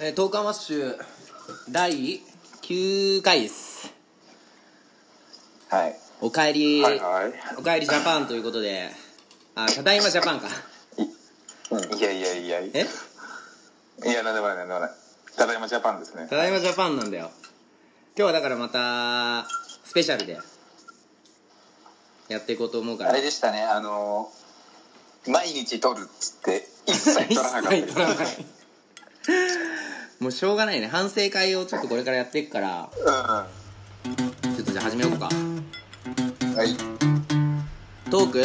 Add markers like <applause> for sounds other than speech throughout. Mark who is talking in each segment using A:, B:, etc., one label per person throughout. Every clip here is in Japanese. A: えー、トーカーマッシュ第9回です
B: はい。
A: おかえり、
B: はいはい
A: おかえりジャパンということであただいまジャパンか
B: いやいやいやい
A: え
B: や。いや、なんでもない、なんでもない。ただいまジャパンですね。
A: ただいまジャパンなんだよ今日はだからまたスペシャルでやっていこうと思うから
B: あれでしたね、あのー、毎日撮るっつって、一切撮らなかったです。
A: 取らないもうしょうがないね反省会をちょっとこれからやっていくからちょっとじゃあ始めようか
B: うん。はい。
A: トーク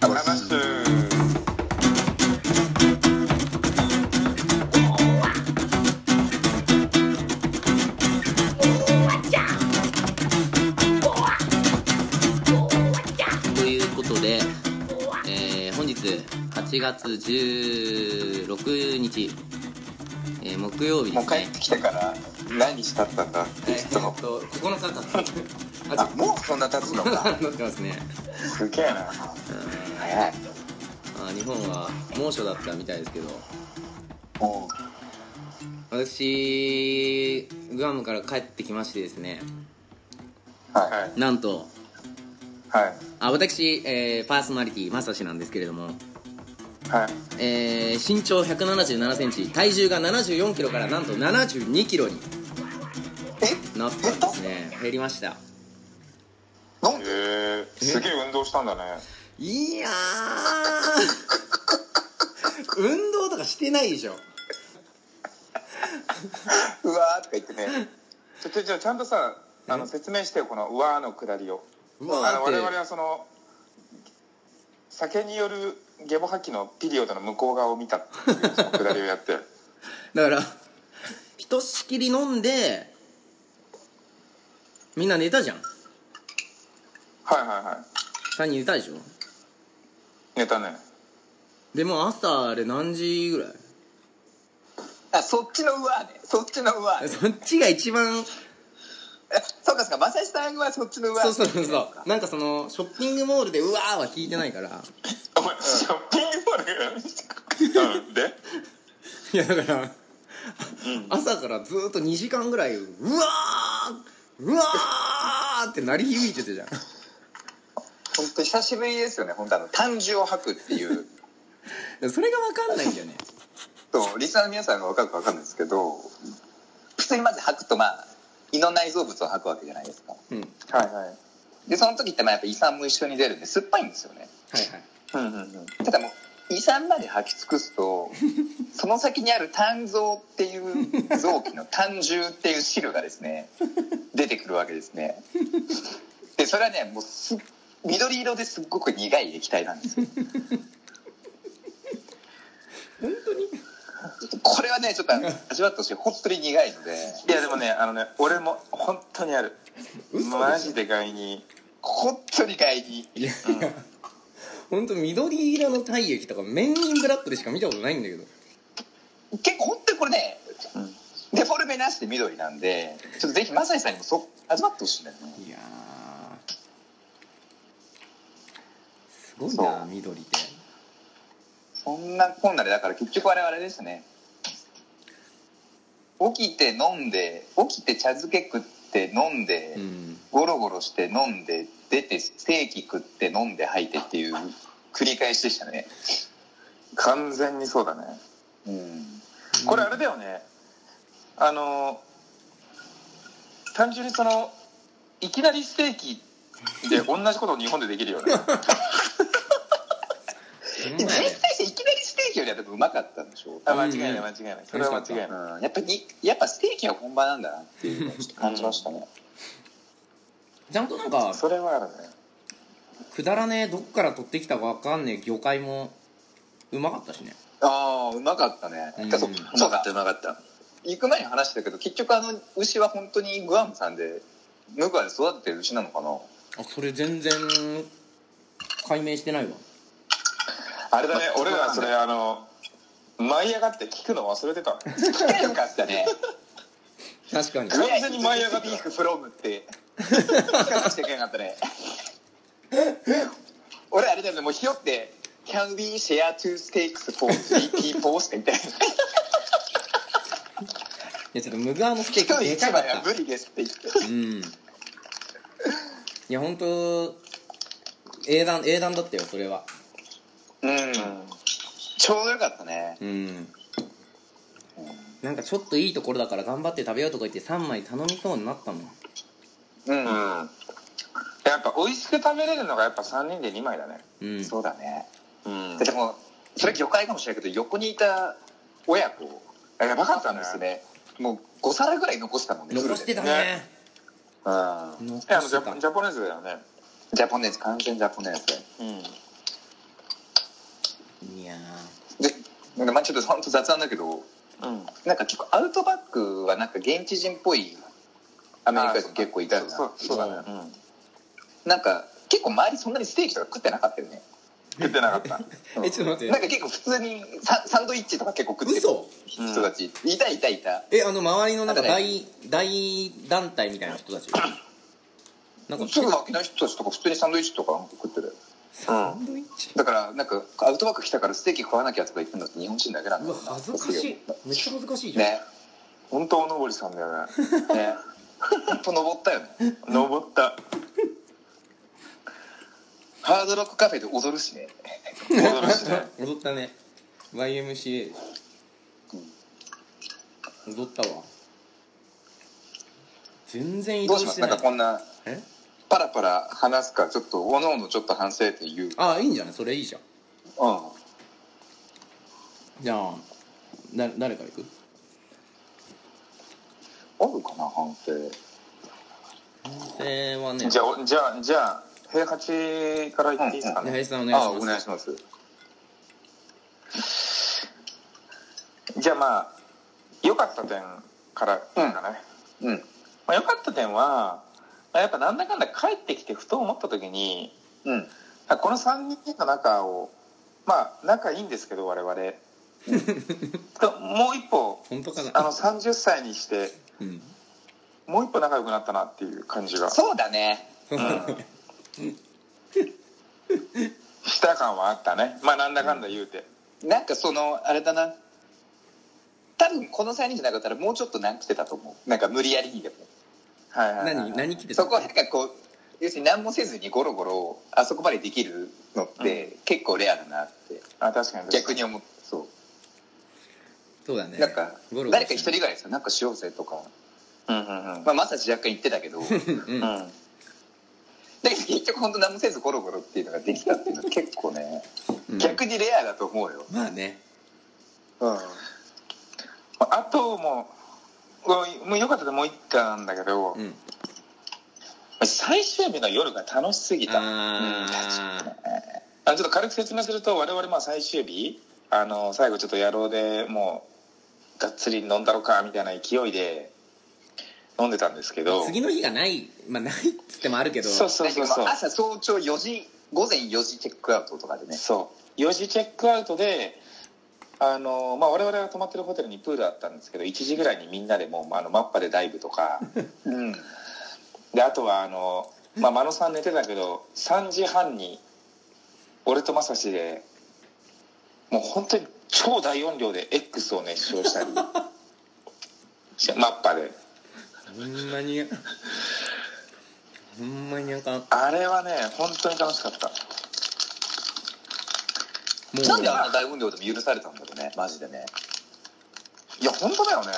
B: あ、マッシュ。
A: ということで、えー本日8月16日、えー木曜日で
B: もう
A: す
B: 帰
A: ね
B: ってきてから、何日経ったんだって、
A: え
B: ず
A: ー
B: っ
A: っと
B: と。
A: 9日経った
B: あ、もうそんな経つの
A: あ
B: か。
A: っなってますね
B: <laughs> すげえな。早い。
A: あー日本は猛暑だったみたいですけど
B: も
A: 私グアムから帰ってきましてですね
B: う。はい。
A: なんと
B: はい。
A: あ私、えーパーソナリティまさしなんですけれども、
B: はい。
A: えー身長1 7 7センチ体重が7 4キロからなんと7 2キロに
B: え
A: なったんですね減りました
B: なんで
C: へえすげえ運動したんだね
A: いやー運動とかしてないでしょ
B: うわーとか言ってね。
C: ちょちょちょちゃんとさあの説明してよこの「うわ」のくだりを
A: うわー
C: あの
A: って
C: 我々はその酒によるゲボ吐きのピリオドの向こう側を見たっていうそのくだりをやって <laughs>
A: だからひとしきり飲んでみんな寝たじゃん
C: はいはいはい
A: 3人寝たでしょ
C: 寝たね
A: でも朝あれ何時ぐらい
B: あ、そっちのうわーね。そっちのうわ
A: <laughs>
B: ーね。
C: <laughs>
A: そっちが一番
B: えそうかそうか、まさしさんはそっちのうわ
A: そ
B: ー
A: うそうそうそうなんかそのショッピングモールで「うわー」は聞いてないから <laughs>
C: お前ショッピングモールが見て
B: <laughs>
C: うんで
A: いやだから、朝からずーっと2時間ぐらいうわーうわーって鳴り響いてたじゃん
B: 本当久しぶりですよね。本当あの、単純を吐くっていう。
A: でもそれが分かんないんだよね
B: そうリスナーの皆さんが分かるか分かんないですけど普通にまず吐くとまあ胃の内臓物を吐くわけじゃないですか
A: うんは
C: はいはい
B: でその時ってまあやっぱ胃酸も一緒に出るんで酸っぱいんですよね
A: いはい
C: うんうんうん
B: ただもう胃酸まで吐き尽くす
A: <laughs>
B: とその先にある胆臓っていう臓器の胆汁っていう汁がですね出てくるわけですねでそれはねもうす緑色ですっごく苦い液体なんですよ
A: 本当に
B: これはねちょっと味わってほしい本当に苦いので
C: いやでもねあのね俺も本当にある
A: 嘘
C: マ
A: でし
C: ジで外に
B: 本当に外に
A: ょいやいや <laughs> 本当緑色の体液とかメンインブラックでしか見たことないんだけど
B: 結構本当にこれね、
C: ん
B: デフォルメなしで緑なんでちょっとぜひまさにさんにもそ味わってほしいんだよね
A: いやすごいな
B: そう
A: 緑って
B: そんなこんなでだから結局我々ですね起きて飲んで起きて茶漬け食って飲んで、
A: うん
B: ゴロゴロして飲んで出てステーキ食って飲んで吐いてっていう繰り返しでしたね
C: 完全にそうだね
B: うん
C: これあれだよねあの単純にそのいきなりステーキで同じことを日本でできるよね
B: で実際さいきなりステーキよりは多分うまかったんでしょ
C: あ間違いない間違いないそれは間違いない
B: うんやっぱりやっぱステーキは本場なんだなっていうのをちょっと感じましたね、
A: ちゃんとなんか
C: それはあるね
A: くだらねえどっから取ってきたかわかんねえ魚介もうまかったしね
B: ああうまかったね、
A: うん
B: そう
C: う
B: そ
C: ま
B: う
C: か
B: か
C: ったうまかった
B: 行く前に話してたけど結局あの牛は本当にグアムさんでムグアで育ててる牛なのかな
A: あそれ全然解明してないわ
C: あれだね俺らそれあの舞い上がって聞くの忘れてたね
B: 聞けよかったね
A: 確かに
C: 完全に舞い上がった
B: ビーフフロムって聞かなくちゃいけなかったね俺あれだよねもうひよって「Can we share two steaks for three people?」しか言ってない
A: やちょっとムグアのステー
B: 一
A: キ
B: 人
A: で
B: 一
A: かかっ
B: 枚は
A: た
B: 無理ですって言って
A: うんいや本当英断英断だったよそれは
B: うんちょうどよかったね
A: うんなんかちょっといいところだから頑張って食べようとか言って3枚頼みそうになったもん
B: うん、
C: うん、やっぱ美味しく食べれるのがやっぱ3人で2枚だね
A: うん
B: そうだね
C: うん
B: ででもそれ魚介かもしれないけど横にいた親子
C: やばかったね
B: ですねもう5皿ぐらい残したもんね
A: 残してたね
C: ね
B: うん
A: 残して
C: え
A: た
C: あのジャポジャポネーズだよね
B: ジャポネーズ完全ジャポネーズ
C: うん
A: いや
B: でなんかまあちょっと本当雑談だけど
C: うん
B: なんか結構アウトバックはなんか現地人っぽいアメリカ人結構いたよ
C: そう
B: な
C: そうだねうん
B: なんか結構周りそんなにステーキとか食ってなかっ
A: <laughs>
B: たよね
C: 食ってなかった
A: ーえちょっと待
B: なん
A: って
B: か結構普通にササンドイッチとか結構食ってる
A: 嘘
B: 人たち、いたいたいた
A: えあの周りのなんか
B: あと
A: 大大団体みたいな人たちなんか
B: すぐ脇の人たちとか普通にサンドイッチとかなんか食ってる
A: サンドイッチ
B: だからなんかアウトバック来たからステーキ食わなきゃとか言ってんのって日本人だけなん
A: う
B: だ
A: わ恥ずかしいめっちゃ恥ずかしいじゃん、
B: ね
C: 本当おのぼりさんだよね
A: <laughs>
B: ねほんと登ったよね
C: 登った
B: ハードロックカフェで踊るしね
C: 戻るしね
A: 踊ったね YMCA 踊ったわ全然移
B: <laughs> ど
A: 動
B: うしま
A: し
B: す
A: て
B: なん
A: な
B: か
A: い
B: こんな
A: え
B: パラパラ話すかちょっとおのおのちょっと反省っていううん
A: ああいいんじゃないそれいいじゃんじゃあだ誰から行く
B: あるかな反省
A: 男性はね
C: じゃあおじゃあじゃあ平八から言っていいですかね、
A: 林さんお
B: あ
A: 願いし
B: お
A: ま
B: 願い
A: す
B: します
C: じゃあまあ良かった点からいいかね、
B: うん
C: まあ、良かった点は、まあ、やっぱなんだかんだ帰ってきてふと思った時に
B: うん
C: あこの3人の中をまあ仲いいんですけど我々
A: <laughs>
C: ともう一歩
A: 本当かな
C: あの30歳にして
A: うん
C: もう一歩仲良くなったなっていう感じが
B: そうだね
C: した感はあったねまあなんだかんだ言うて、
B: なんかそのあれだな多分この3人じゃなかったらもうちょっと何来てたと思うなんか無理やりにでも
C: はいはいはい、
A: 何何着てた
B: そこはなんかこう要するに何もせずにゴロゴロあそこまでできるのって結構レアだなって
C: あ確かに確かに
B: 逆に思ってそ
A: そうだね
B: うなんか
A: ゴロゴロ
B: 誰か一人ぐらいさなんかしようぜとか
C: うんうんうん
B: まあまさし若干言ってた
A: <laughs>
B: けどだけ
A: うんうん
C: うん
B: ど結局本当何もせずゴロゴロっていうのができたっていうのは結構ね
A: うん
B: 逆にレアだと思うよ
A: まあね
B: うん
C: あともうもうもうよかったでもう一個なんだけど、
A: うん
C: 最終日の夜が楽しすぎた
A: ああ
C: あのちょっと軽く説明すると我々まあ最終日あの最後ちょっと野郎でもうがっつり飲んだろかみたいな勢いで飲んでたんですけど
A: 次の日がないまあないっつってもあるけど
C: そうそうそうそう
B: まあ朝早朝4時午前4時チェックアウトとかでね
C: そう4時チェックアウトであの、まあ、我々が泊まってるホテルにプールあったんですけど1時ぐらいにみんなでもう、まあ、あのマッパでダイブとか
B: <laughs> うん
C: であとはあの、まあ、真野さん寝てたけど3時半に俺とまさしでもう本当に超大音量で X を熱
B: <laughs>
C: 唱したりしてマッパで
A: ほんまにほんまになんかも
C: あれはね本当に楽しかった
A: う
B: なんであんな大音量でも許されたんだろうねマジでね
C: いや本当だよね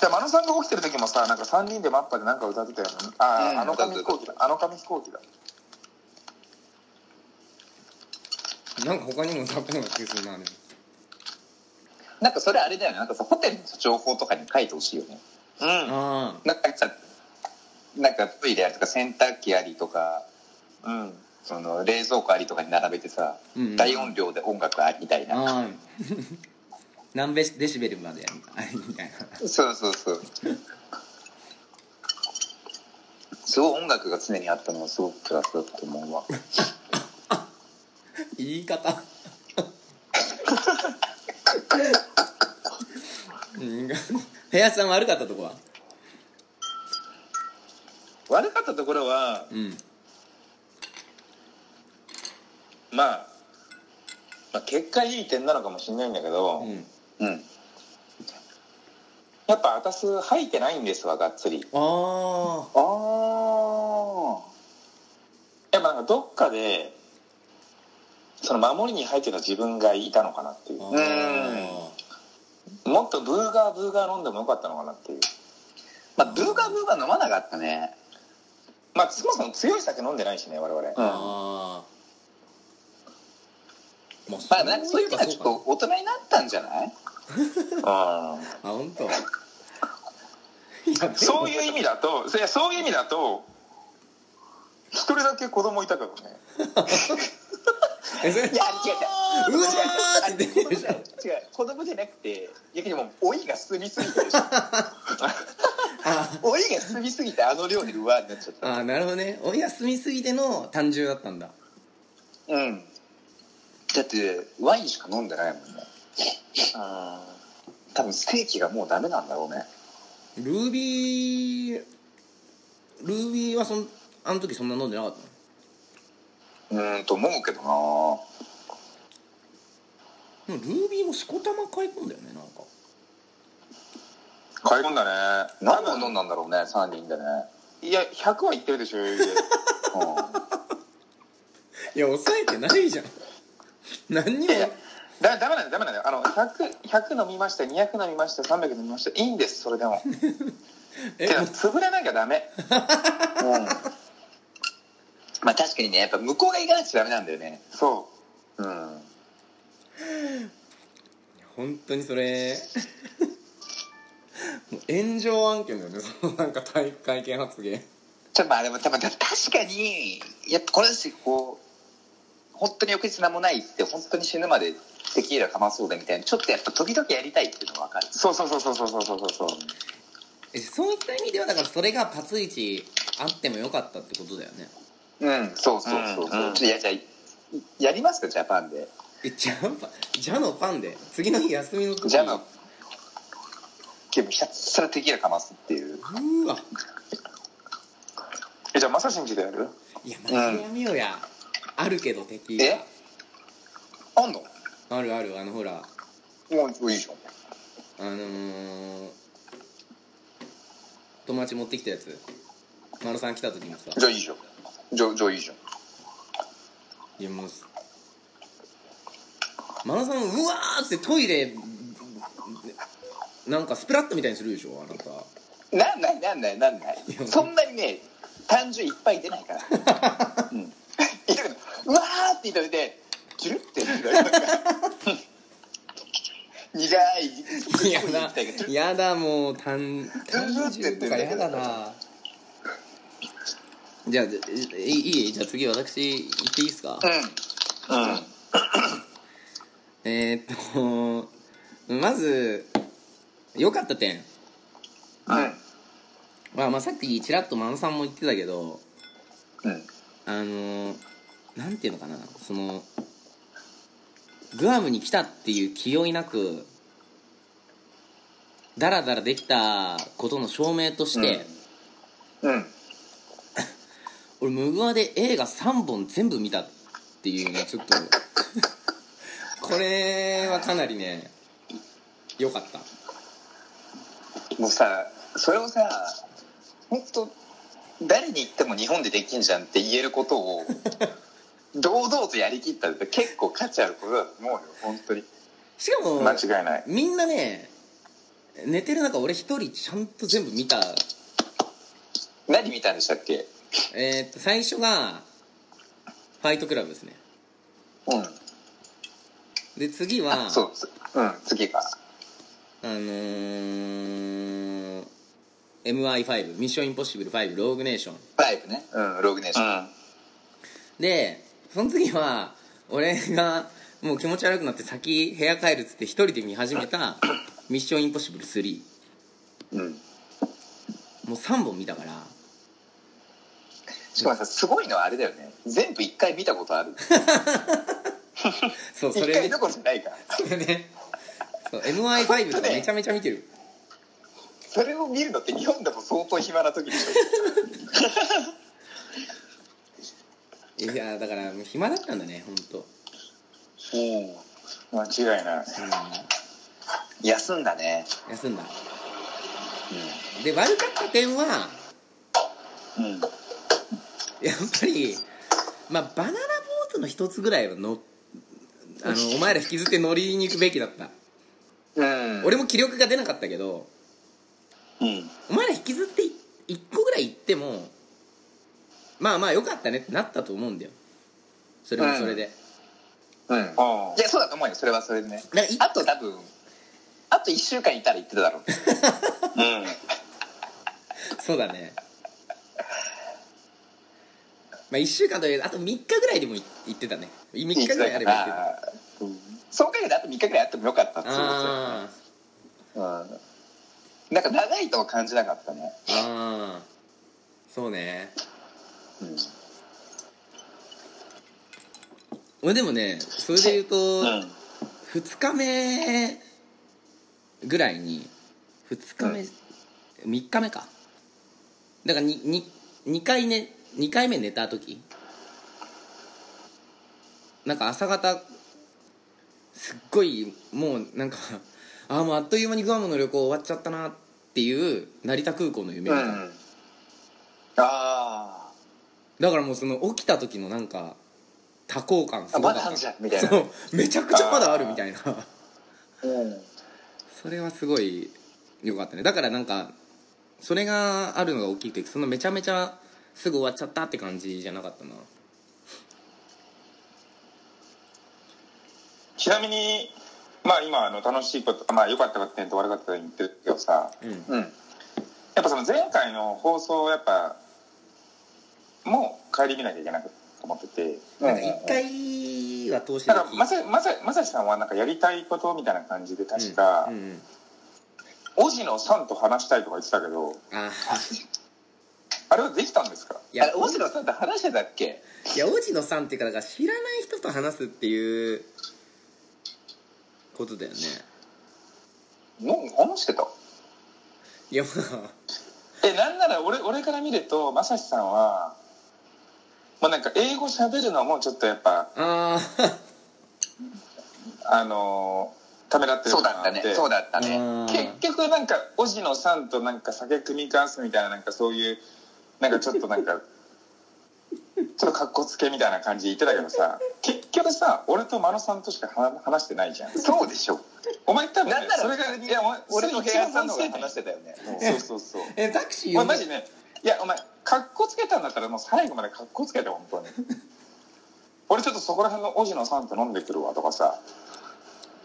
C: で真野さんが起きてる時もさなんか3人でマッパでなんか歌ってたよねああ、
B: うん
C: あの紙飛行機だあの紙飛行機だ
A: なんか他にも歌ったような気がするなでも
B: なんかそれあれだよねなんかさホテルの情報とかに書いてほしいよね
C: う
A: あ
B: なんかさなんかトイレありとか洗濯機ありとか
C: んうん
B: その冷蔵庫ありとかに並べてさ、
A: うんうん
B: 大音量で音楽ありみたい
A: あ
B: な、
A: ああ何ベデシベルまでやるあれみたいな
B: そうそうそうすごい音楽が常にあったのはすごくプラスだったと思うわ
A: 言い方うん林さん悪かったとこは
C: 悪かったところは
A: うん
C: まあ、まあ結果いい点なのかもしれないんだけど、
A: うん
B: うん
C: やっぱ私吐いてないんですわがっつり
A: あ
B: ああ
C: やっぱなんかどっかでその守りに入ってた自分がいたのかなってい
A: ー
C: う
A: あ
C: もっとブーガーブーガー飲んでもよかったのかなっていう
B: まあブーガーブーガー飲まなかったね
C: まあそもそも強い酒飲んでないしね我々
B: うん
A: あーま
B: まあなんかそういうのはちょっ
A: そうか
B: と大人になったんじゃない
C: うん
A: あ本当いやでも
C: そういう意味だとそいやそういう意味だと一人だけ子供いたからね
A: えそれ
B: いや違う違う
A: うわーって出てるじゃん
B: 違う子供じゃなくて逆にもう老いが進みすぎてる <laughs> でしょ
A: あ
B: 老いが進みすぎてあの量でうわーになっちゃった
A: あーなるほどねお休みすぎての単純だったんだ
B: うんだってワインしか飲んでないもんね多分ステーキがもうダメなんだろうね
A: ルービールービーはそんあの時そんな飲んでなかったの
B: うーんと思うけど
A: で
B: な
A: もルービーもしこたま買い込んだよねなんか
C: 買い込んだね
B: 何本飲んだんだろうね3人でね、
C: いや100はいってるでしょ余裕で <laughs>
A: いや抑えてないじゃん <laughs> 何に
C: い
A: も
C: やいやだダメなんだよダメなんだよあの 100, 100飲みました200飲みました300飲みましたいいんですそれでも
A: え
C: けど潰れなきゃダメ
B: うんまあ確かにねやっぱ向こうが行かなくちゃダメなんだよね
C: そ
B: うん
A: 本当にそれ <laughs> もう炎上案件だよね <laughs> そのなんか体育会見発言
B: ちょっとまあでも多分確かにやっぱこれですよこう本当に翌日何もないって本当に死ぬまでテキーラかまそうだみたいなちょっとやっぱ時々やりたいっていうのは分かる
C: うそうそうそうそうそうそうそうそう
A: えそういった意味ではだからそれがパツイチあってもよかったってことだよね
B: うんそうそうそうそう、
C: うんうん
B: ちょっとやじゃあやりますかジャパンで
A: えジャンパジャのパンで次の日休みの時に
B: ジャのでもひたすらテキーラかますっていう
A: うーわ
C: えじゃあマサシンジでやる
A: いやマジでやめようや、あるけど敵
B: えあんの
A: あるあるあのほら
B: もういいじゃん
A: あのー、友達持ってきたやつ丸さん来た時にさ
B: じゃあいいじゃんじゃあじゃあいいじゃん
A: いやもうマナさんうわーってトイレなんかスプラットみたいにするでしょあなた
B: なんないなんないなんない
A: や
B: そんなにね単純いっぱい出ないから、うん、言いたくないうわーって言ったらねジュルって言うから苦い
A: や
B: すごい言いたいけど
A: だやだもう単単純とかやだなじゃあじゃいいいいじゃあ次私行っていいですか、
B: うん
A: えー、っとまず良かった点
B: うん
A: まあ、まあさっきちらっとマナさんも言ってたけど
B: うん
A: あのー、なんていうのかなそのグアムに来たっていう気負いなくダラダラできたことの証明として、
B: うん
A: 俺ムグアで映画3本全部見たっていうねちょっと <laughs> これはかなりね良かった
B: もうさそれをさ本当誰に言っても日本でできんじゃんって言えることを堂々とやりきったって結構価値あることだと思うよ本当に
A: しかも
C: 間違いない
A: みんなね寝てる中俺一人ちゃんと全部見た
B: 何見たんでしたっけ
A: えー、っと最初がファイトクラブですね
B: うん
A: で次は
B: あそうつうん次が
A: あのー、MI5 ミッションインポッシブル5ローグネーション
B: ファイブねうんログネーシ
C: う
B: ョン、
C: ん
A: でその次は俺がもう気持ち悪くなって先部屋帰るっつって一人で見始めたミッションインポッシブル3
B: うん、
A: もう3本見たから
B: しかもさすごいのはあれだよね全部一回見たことある
A: そうそ
B: 一
A: れ
B: 回どころじゃないから <laughs>
A: それねそう MI5 とかめちゃめちゃ見てる
B: それを見るのって日本でも相当暇な時でし
A: いやだから暇だったんだね本当。
C: 間違いない
A: うん
B: ょ休んだね
A: 休んだで悪かった点は
B: うん
A: やっぱりまあバナナボートの一つぐらいはのあのお前ら引きずって乗りに行くべきだった
B: うん
A: 俺も気力が出なかったけど
B: うん
A: お前ら引きずって1個ぐらい行ってもまあまあよかったねってなったと思うんだよそれもそれで、
B: うん
C: あ
B: いやそうだと思うよそれはそれでね
A: だからい
B: あと多分あと1週間いたら言ってただろ <laughs> う
C: うん
A: そうだねまあ1週間というよりあと3日ぐらいでもい行ってたね3日ぐらいあれば行ってた
B: あーそう考えたらあと3日ぐらいあってもよかったってことですよ
A: あ
B: うんなんか長いとは感じなかったね、
A: ーあーそうね
B: うん
A: 俺でもねそれで言うと、
C: うん
A: 2日目ぐらいに2日目、3日目かだから 2, に2回ね2回目寝た時なんか朝方すっごいもうなんかああもうあっという間にグアムの旅行終わっちゃったなっていう成田空港の夢
B: う
A: みたいな、
B: ん、あ
A: だからもうその起きた時のなんか多幸感す
B: ーあ
A: ごかっ
B: ま
A: た
B: だあんじゃんみたいな
A: そうめちゃくちゃまだあるみたいな
B: うん
A: それはすごい良かったねだからなんかそれがあるのが大きくてそのめちゃめちゃすぐ終わっちゃったって感じじゃなかったな
C: ちなみにまあ今あの楽しいことまあ良かった点と悪かった点言ってるけどさ
A: うん
B: うん
C: やっぱその前回の放送をやっぱもう帰り見なきゃいけないと思ってて
A: なんか一回は通して
C: なんかまさまさまさしさんはなんかやりたいことみたいな感じで確か
A: うん、うんうん
C: おじのさんと話したいとか言ってたけ
A: あ
C: ど
A: ー
C: あれはできたんですか
A: い
B: い
A: や
B: や大城さんと話してたっけ
A: いや王子のさんっていうかだから知らない人と話すっていうことだよね
B: もう話してた
A: いやま
C: えなんなら俺俺から見るとまさしさんはもうなんか英語喋るのもちょっとやっぱ
A: ああー
C: あのーためらってる
B: そ
C: の
B: う
C: か
B: だ
C: な
B: っ
C: ったて
B: ねそうだった
A: う
B: ね
A: ん
C: 結局なんかおじのさんとなんか酒組み交わすみたいななんかそういうなんかちょっと
B: <laughs>
C: なんかちょっとかっこつけみたいな感じで言ってたけどさ結局さ俺と真野さんとしか話話してないじゃん
B: そうでしょ
C: お前多分、ね
B: なんな、ら
C: それがいやお前
B: 俺と部屋さんの方が
C: 話
B: 話
C: し
B: しててたよね
C: たそうそうそう
A: えタクシー
C: お前
A: 呼んで
C: マジねいやお前かっこつけたんだったらもう最後までかっこつけて本
B: <laughs>
C: 当に俺ちょっとそこら辺のおじのさんと飲んでくるわとかさ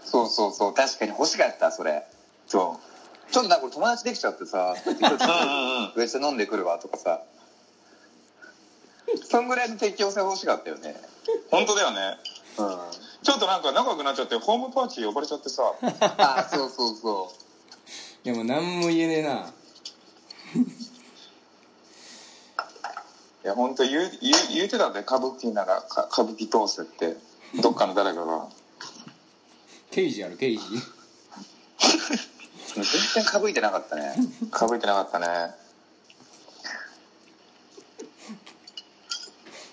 B: そうそうそう確かに欲しかったそれ
C: そ
B: ちょっとなんか俺友達できちゃってさ
C: ううんう
B: 「
C: ん
B: 上下飲んでくるわ」とかさそんぐらいの適応性欲しかったよね
C: 本当だよね
B: うん
C: ちょっとなんか仲良くなっちゃってホームパーティー呼ばれちゃって
B: <laughs>
C: さ
B: あそうそうそ
A: いやもう何も言えねえない
C: や本当言う言う言うてたんで歌舞伎ならか歌舞伎通せってどっかの誰かが
A: 刑事やる刑事
B: う全然かぶいてなかったね
C: 歌舞伎なかったね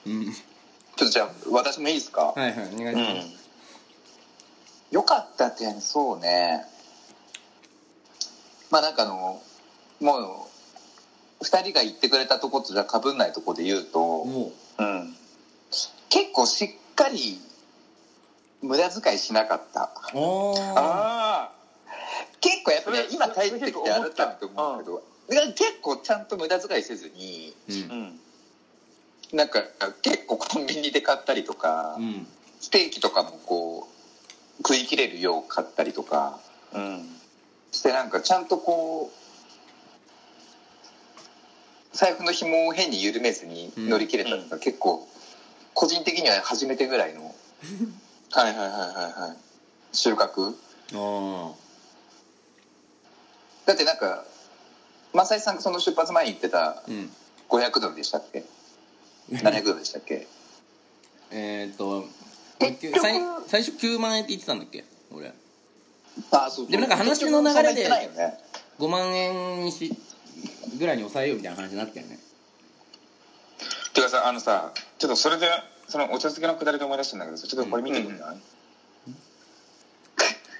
A: うん
B: ちょっとじゃあ私もいいですか
A: はいはいお願いし
C: う
A: ます、
C: ん
B: 良かった点そうねまあなんかあのもう2人が言ってくれたとことじゃかぶんないとこで言うと
A: おう
C: うん
B: 結構しっかり無駄遣いしなかった
A: おー
C: あ
B: 結構やっぱね
C: それ
B: 今帰ってきて改めて思うけどだから結構ちゃんと無駄遣いせずに
A: うん
C: あうん
B: なんか結構コンビニで買ったりとか
A: うん
B: ステーキとかもこう食い切れるよう買ったりとか
C: うん
B: してなんかちゃんとこう財布の紐を変に緩めずに乗り切れたのが結構個人的には初めてぐらいの
A: <laughs>
B: はいはいはいはいはい収穫
A: あ
B: だってなんか正井さんがその出発前に言ってた
A: あうん
B: 500ドルでしたっけ700ドルでしたっけ
A: えーっと
B: 結局
A: 最最初9万円って言ってたんだっけ俺
B: ああそう
A: でもなんか話の流れで
B: 結局そんな言ってないよね
A: 5万円にしぐらいに抑えようみたいな話になったよね
C: てかさあのさちょっとそれでそのお茶漬けのくだりで思い出したんだけどさちょっとこれ見てみるか、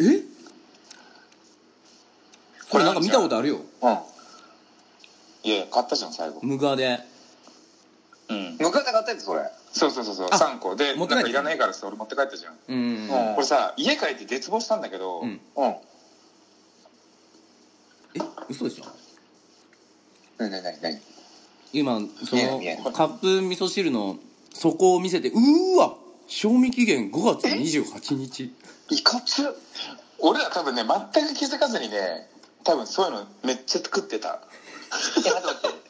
A: え
B: こ
A: こ
B: れ
A: れ
B: な
A: なんんか
B: か見
A: 見
B: た
A: た
B: こ
A: ことあるよ
B: うん
C: いやいや買ったじゃん最後
A: 無我で
C: うん
B: 向かって買ったやつそれ
C: そうそうそうそう
A: あ
C: 3個で
A: 持
C: な
A: っ
C: ん
A: て帰った
C: かいらないからさ俺持って帰ったじゃん
A: うん
B: うん
C: これさ家帰って絶望したんだけど、
A: うん
B: うん
A: え嘘でしょ
B: 何何何何
A: 今そ
B: いやいや
A: のカップ味噌汁の底を見せてうーわ賞味期限5月28日
C: いかつ俺ら多分ね全く気づかずにね多分そういうのめっちゃ作ってた
B: いや待って待
C: <laughs>
B: って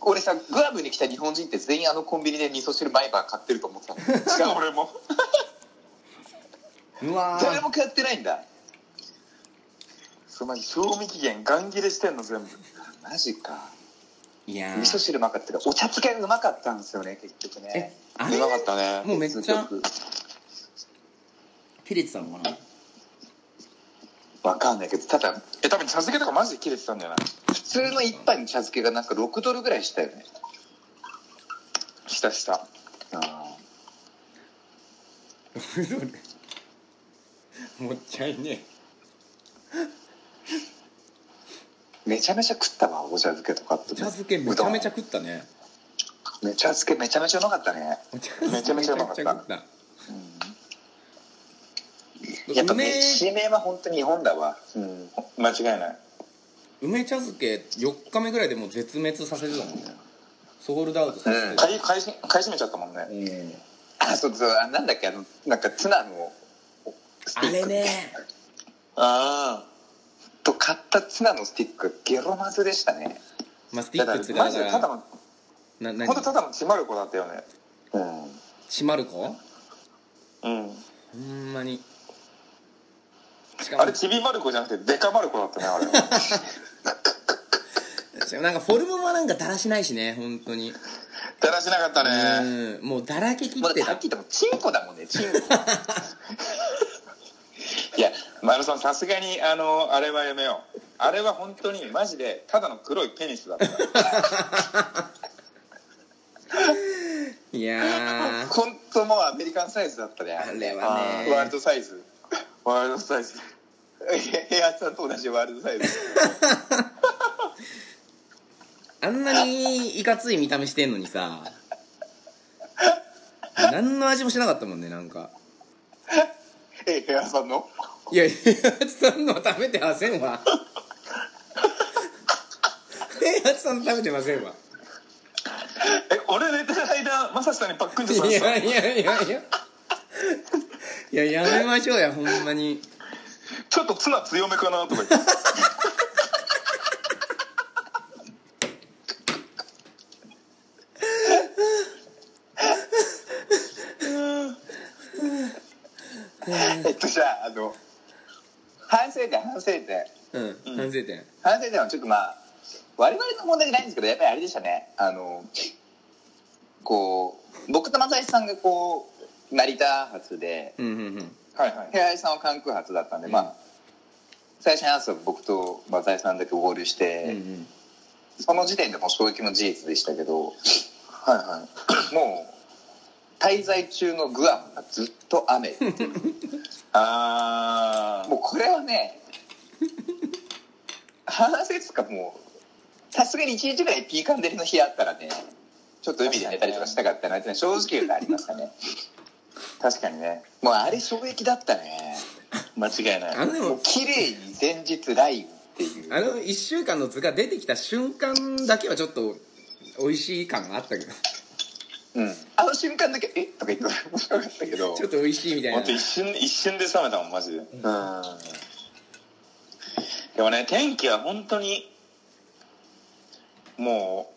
B: 俺さグアムに来た日本人って全員あのコンビニで味噌汁毎晩買ってると思ってたの
C: しかも俺も
A: うわ
B: 誰も買ってないんだ
C: そうマジ賞味期限ガン切れしてんの全部
B: マジか
A: いやー
B: 味噌汁うまかったけどお茶漬けがうまかったんですよね結局
A: え
B: ね
A: あ
C: う
A: れ
C: まかったね
A: もうめっちゃ
B: 結局
A: 照れてたのかな
B: わかんないけどただ
C: え多分茶漬けとかマジで切れてたんだよな
B: 普通の一杯の茶漬けがなんか6ドルぐらいしたよね
C: したした
B: あ
A: もったいね
B: ーめちゃめちゃ食ったわお茶漬けとかって
A: お茶漬けめちゃめちゃ
B: う
A: 食ったね
B: どんめちゃ漬けめちゃめちゃうまかったね
A: お茶
C: めちゃめちゃうまかった
A: めちゃめちゃ食った
B: やっぱ
A: 梅
B: 飯名は本当に日本だわうん
C: 間違いない
A: 梅茶漬け4日目ぐらいでもう絶滅させてたもんねソールドアウトさせてた
C: 買い買いし買い占めちゃったもんね
B: うんあそうそうあなんだっけあのなんかツナのステ
A: あ
B: ィック
A: れね
C: あ
B: と買ったツナのスティックゲロまずでしたね
A: まあスティ
C: あ
A: ッ
C: だ
A: クっ
C: か
A: て
C: ら
A: いうか
C: マ
A: だか
C: ジでただ
A: ら
C: の
A: な
C: 本当た
A: 何
C: だのちまる子だったよね
B: うん
A: 閉まる子
C: うん
A: ほんまにしか
C: あ
A: も
C: れちびまる子じゃなくてデカまる子だったねあれ
A: しかもなんかフォルムもなんかだらしないしね本当に
C: だらしなかったね
A: うんもうだらけき
B: ま
A: って
B: だは
A: た
B: っきり言ってもチンコだもんねチンコ
C: いや丸さんさすがにあのあれはやめようあれは本当にマジでただの黒いペニス
A: <laughs>
C: だった
A: いやー
B: 本当もうアメリカンサイズだったね
A: あ
B: あ
A: れ
B: れは
A: は
C: あーワール
A: ね
C: ドサイズワールドサイズ
B: ヘアさんと同じワールドサイズ
A: あんなにいかつい見た目してんのにさ何の味もしなかったもんねなんか
B: えヘアさ
A: <laughs>
B: んの
A: いやいやつさんのは食べてませんわえやつさんの食べてませんわ
C: え俺寝てる間まさしさんにパックンとさ
A: い
C: れてた
A: やいやいやいやいややめましょうやほんまに
C: ちょっとツナ強めかなとか言って
B: えっとじゃああの反省点反省点
A: うん反省点
B: 反省点はちょっとまあ我々の問題じゃないんですけどやっぱりあれでしたねあのこう僕と松井さんがこう成田発で
A: うんうんうん
C: はいはい
B: 平井さんは関空発だったんで、
A: うん
B: まあ最初に話すと僕と松井さんだけ合流し
A: うんう
B: て、
A: ん
B: その時点でもう衝撃の事実でしたけど
C: はいはい
B: もう滞在中のグアムがずっと雨
C: あ
B: もうこれはね話せつかもうさすがに1日ぐらいピーカン照りの日あったらねちょっと海で寝たりとかしたかったなっていうのは正直言うとありましたね
C: ー確かにね
B: もうあれ衝撃だったね
C: 間違いない
A: あので
B: も
A: も
B: う綺麗に前日雷雨っていう
A: あの1週間の図が出てきた瞬間だけはちょっと美味しい感があったけど
B: うんあの瞬間だけ「えとか言って面白かったけど
A: ちょっと美味しいみたい
C: ほ
A: なん
C: と一瞬一瞬で冷めたもんマジでうんでもね天気は本当にも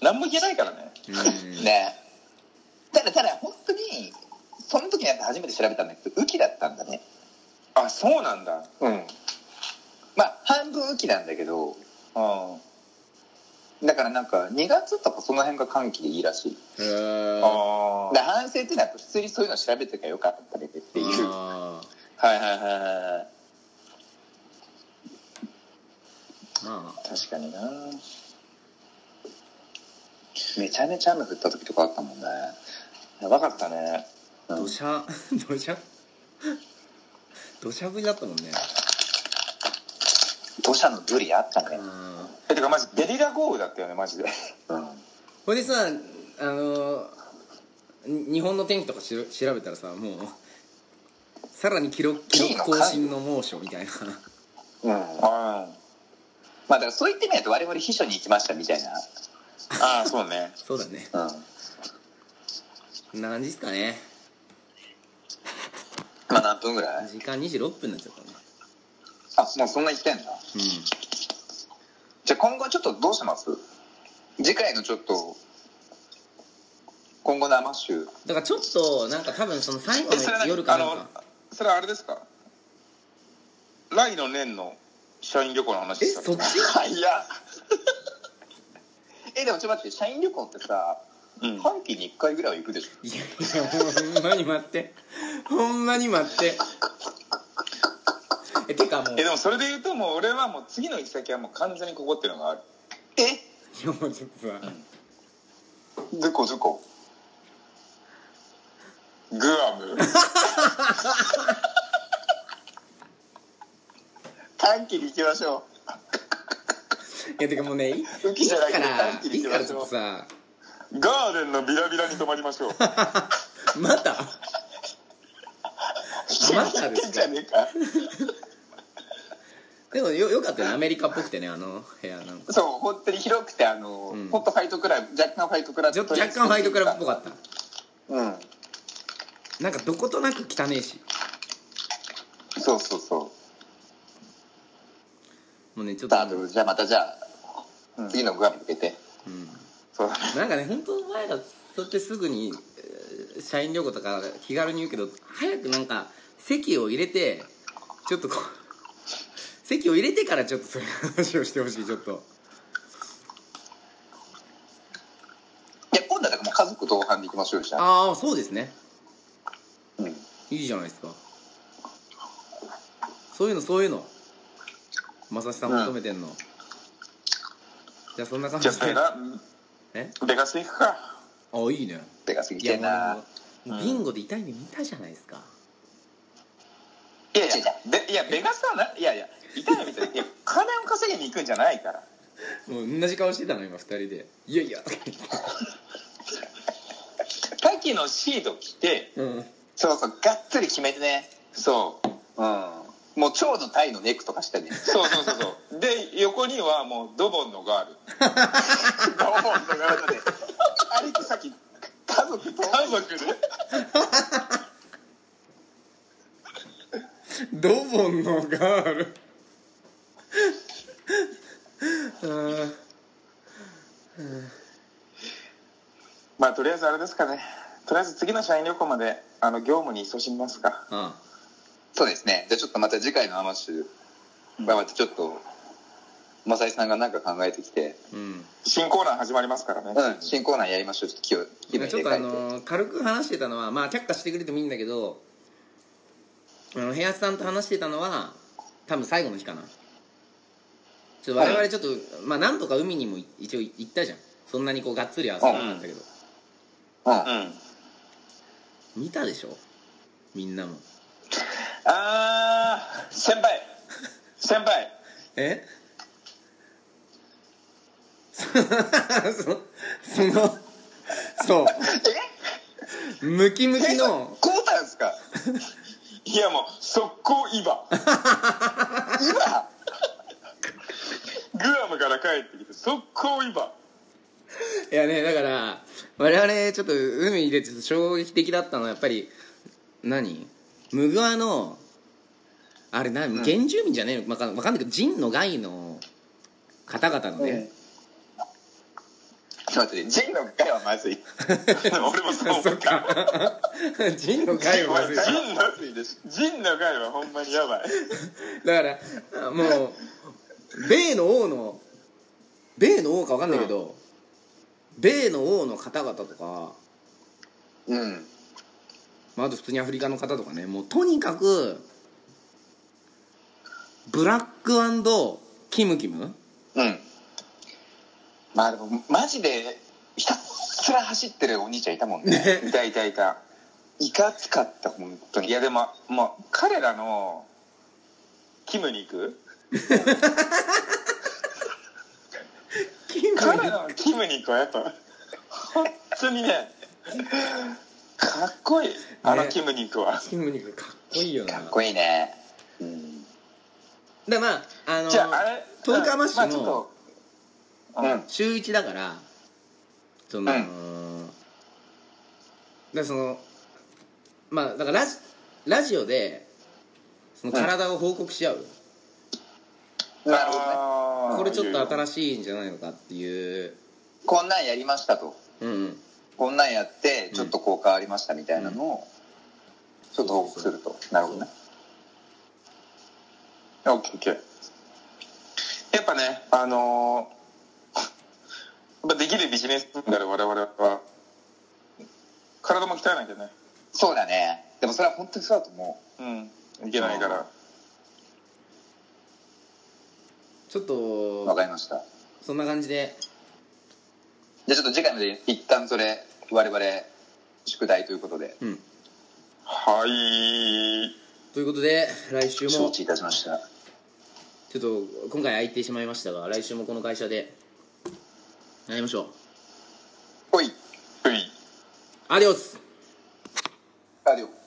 C: う何も言えないからね
A: うん
B: ねただただ本当にその時になって初めて調べたんだけど雨季だったんだね
C: あそうなんだ
B: うんまあ半分雨季なんだけど
C: うん
B: だからなんか2月とかその辺が寒気でいいらしい
A: へー
C: あ
B: で反省っていうのはやっぱ普通にそういうの調べてからよかったねっていう
A: あー
C: あはいはいはいはいはい
A: ま
B: 確かになめちゃめちゃ雨降った時とかあったもんね
C: やばかったね
A: あ土砂 <laughs> 土砂土砂降りだったもんね
B: 土砂のブリあったね、
A: うん
C: えてかマジゲリラ豪雨だったよねマジで
B: うん、
A: ほいでさあのー日本の天気とかしろ調べたらさもうさらに記録記録更新の猛暑みたいな <laughs>
B: うん、まあ
C: あ
B: だからそう言ってみないと我々秘書に行きましたみたい
C: ーあーそうね
A: そうだね
B: な、うん、
A: こんな感じですかね
B: まあ何分ぐらい
A: 時間26分になっちゃったね
B: あもうそんな言ってんだ
A: う
B: じゃあ今後ちょっとどうします次回のちょっと今後のマッシュ
A: んだからちょっとなんか多分その最後
C: えそれ
A: の夜
C: 何
A: か
C: あ
A: なん
C: の
A: か
C: それはあれですか来の年の社員旅行の話
A: え
C: ですか
A: そっち
B: <laughs> いやえでもちょっと待って社員旅行ってさ、
C: うん
B: 半期に1回ぐらいは行くでしょ
A: いやいやほんまに待ってほんまに待ってえてかもう
C: えでもそれで言うともう俺はもう次の行き先はもう完全にここっていうのがある
B: え
A: いやもうちょっとさ
B: どこどこ
C: グ
B: <laughs>
C: アム
B: 短期に行きましょ
A: いやてかもうねいいか
B: う浮きじゃなくて
A: ら
B: 短期
A: い
B: に
A: い
B: 行
A: から
B: きま
A: ち
B: し
A: ょっ
B: ょ
A: と
B: う
A: さ <laughs>
C: ガーデンのビラビラに泊まりましょう
A: またまたで
B: 言ってん
A: す
B: じゃ
A: か
B: ねえか
A: でもよよかったねアメリカっぽくてねあの部屋なんか
B: そう本当に広くてあの、
A: うん
B: 本当ファイトクラブ若干ファイトクラブ
A: ちょっと若干ファイトクラブっぽ
B: か
A: かった
B: うん
A: なんかどことなく汚ねえし
B: そうそうそう
A: もうねちょっと
B: あとじゃあまたじゃあ、次のグアム向けて
A: うん
C: そうだね
A: なんかね本当お前らそうやってすぐにえー社員旅行とか気軽に言うけど早くなんか席を入れてちょっとこう <laughs> 席を入れてからちょっとそういう話をしてほしいちょっと
B: いや今度はだからもう家族同伴で行きましょうよじゃあ
A: ああそうですね
B: うん
A: いいじゃないですかそういうのそういうのまさしさん求めてんの、じゃあそんな感
C: じ
A: じ
C: ゃあ
A: で
C: ベガ
A: え
C: ベガス行くか
A: あいいね
B: 出稼
A: い
B: ぎて
A: や
B: えな
A: もうもうビンゴで痛い目見たじゃないですか、
C: いやいやでいやベガスはないやいや痛いみたいないや金を稼ぎに行くんじゃないから
A: もう同じ顔してたの今二人でいやいや
C: タキのシード着て
A: うん
B: そうそうがっつり決めてね
C: そう
B: うんもう蝶のタイのネックとかしてね
C: そうそうそうそうで横にはもうドボンのガール
B: どうもということでありきさっき家族同
C: 家
B: 伴
C: 族で
A: ドボンのガールうん
C: まあとりあえずあれですかねとりあえず次の社員旅行まであの業務に勤しみますか
A: あ
B: そうですねじゃあちょっとまた次回の話はまたちょっと正井さんが何か考えてきて、
A: うん
C: 新コーナー始まりますからね、
B: うん、新コーナーやりましょうちょっと気を気分
A: ちょ
B: 入
A: っ
B: れ
A: とあ
B: 替えて
A: のー軽く話してたのはまあ却下してくれてもいいんだけどあの部屋さんと話してたのは多分最後の日かなちょっと我
B: は
A: 々ちょっと、まあ何とか海にもい一応行ったじゃんそんなにこうがっつりは遊ばなかったけど、
B: うん
C: うん
A: 見たでしょみんなも
C: あー先輩先輩
A: え <laughs> そそそのそうムキムキの
B: こうたんですか
C: いやもう速攻イバ
B: 今
C: グアムから帰ってきて速攻イバ
A: いやねだから我々ちょっと海でちょっと衝撃的だったのはやっぱり何ムグアのあれ何原住民じゃねえのわかんわかんないけど人の害の方々のね、
B: ちょっと待ってねジンの回はまずい
C: 俺もそう
A: <laughs>
C: 思
A: そっ
C: った
A: か人の害を忘れて
C: ジンのジンの会はほんまにやばい
A: だからもう米の王の米の王か分かんないけど、米の王の方々とか、
B: うん
A: まあ、あと普通にアフリカの方とかねもうとにかくブラックキムキム
B: うんまあでもマジでひたすら走ってるお兄ちゃんいたもんね
A: ね
C: いたいたいた
B: いかつかった本当
C: い
B: に
C: やでももう彼らのキムに行く
A: キム
C: 彼らのキムニックはやっぱ本当にねかっこいいあのキムニックは、
A: キムニックかっこいいよな
B: かっこいいね、うん、
A: でまああの
C: じゃああれ
A: 十日町
C: まあちょっ
A: の
C: とうん
A: 週一だからその、
C: う
A: でそのまあだからラジラジオでその体を報告し合う、
B: なるほどね
C: ど
A: これちょっと新しいんじゃないのかっていう
B: こんなんやりましたと
A: うんうん
B: こんなんやってちょっとこう変わりましたみたいなのをちょっと報告するとなるほどね
C: オッケーオッケーやっぱねあのー、やっぱできるビジネスマンである我々は体も鍛えなきゃね
B: そうだねでもそれは本当にそうだと思
C: うんいけないから
A: ちょっ
B: うわ
A: と
B: かりました
A: そんな感じで
B: じゃあちょっと次回まで一旦それ我々宿題ということで
A: うん
C: はい
A: ということで来週
B: 承
A: も
B: 知いたしました
A: ちょっと今回空いてしまいましたが来週もこの会社でやりましょう
B: おい
C: はい
A: アディオス
B: ありょう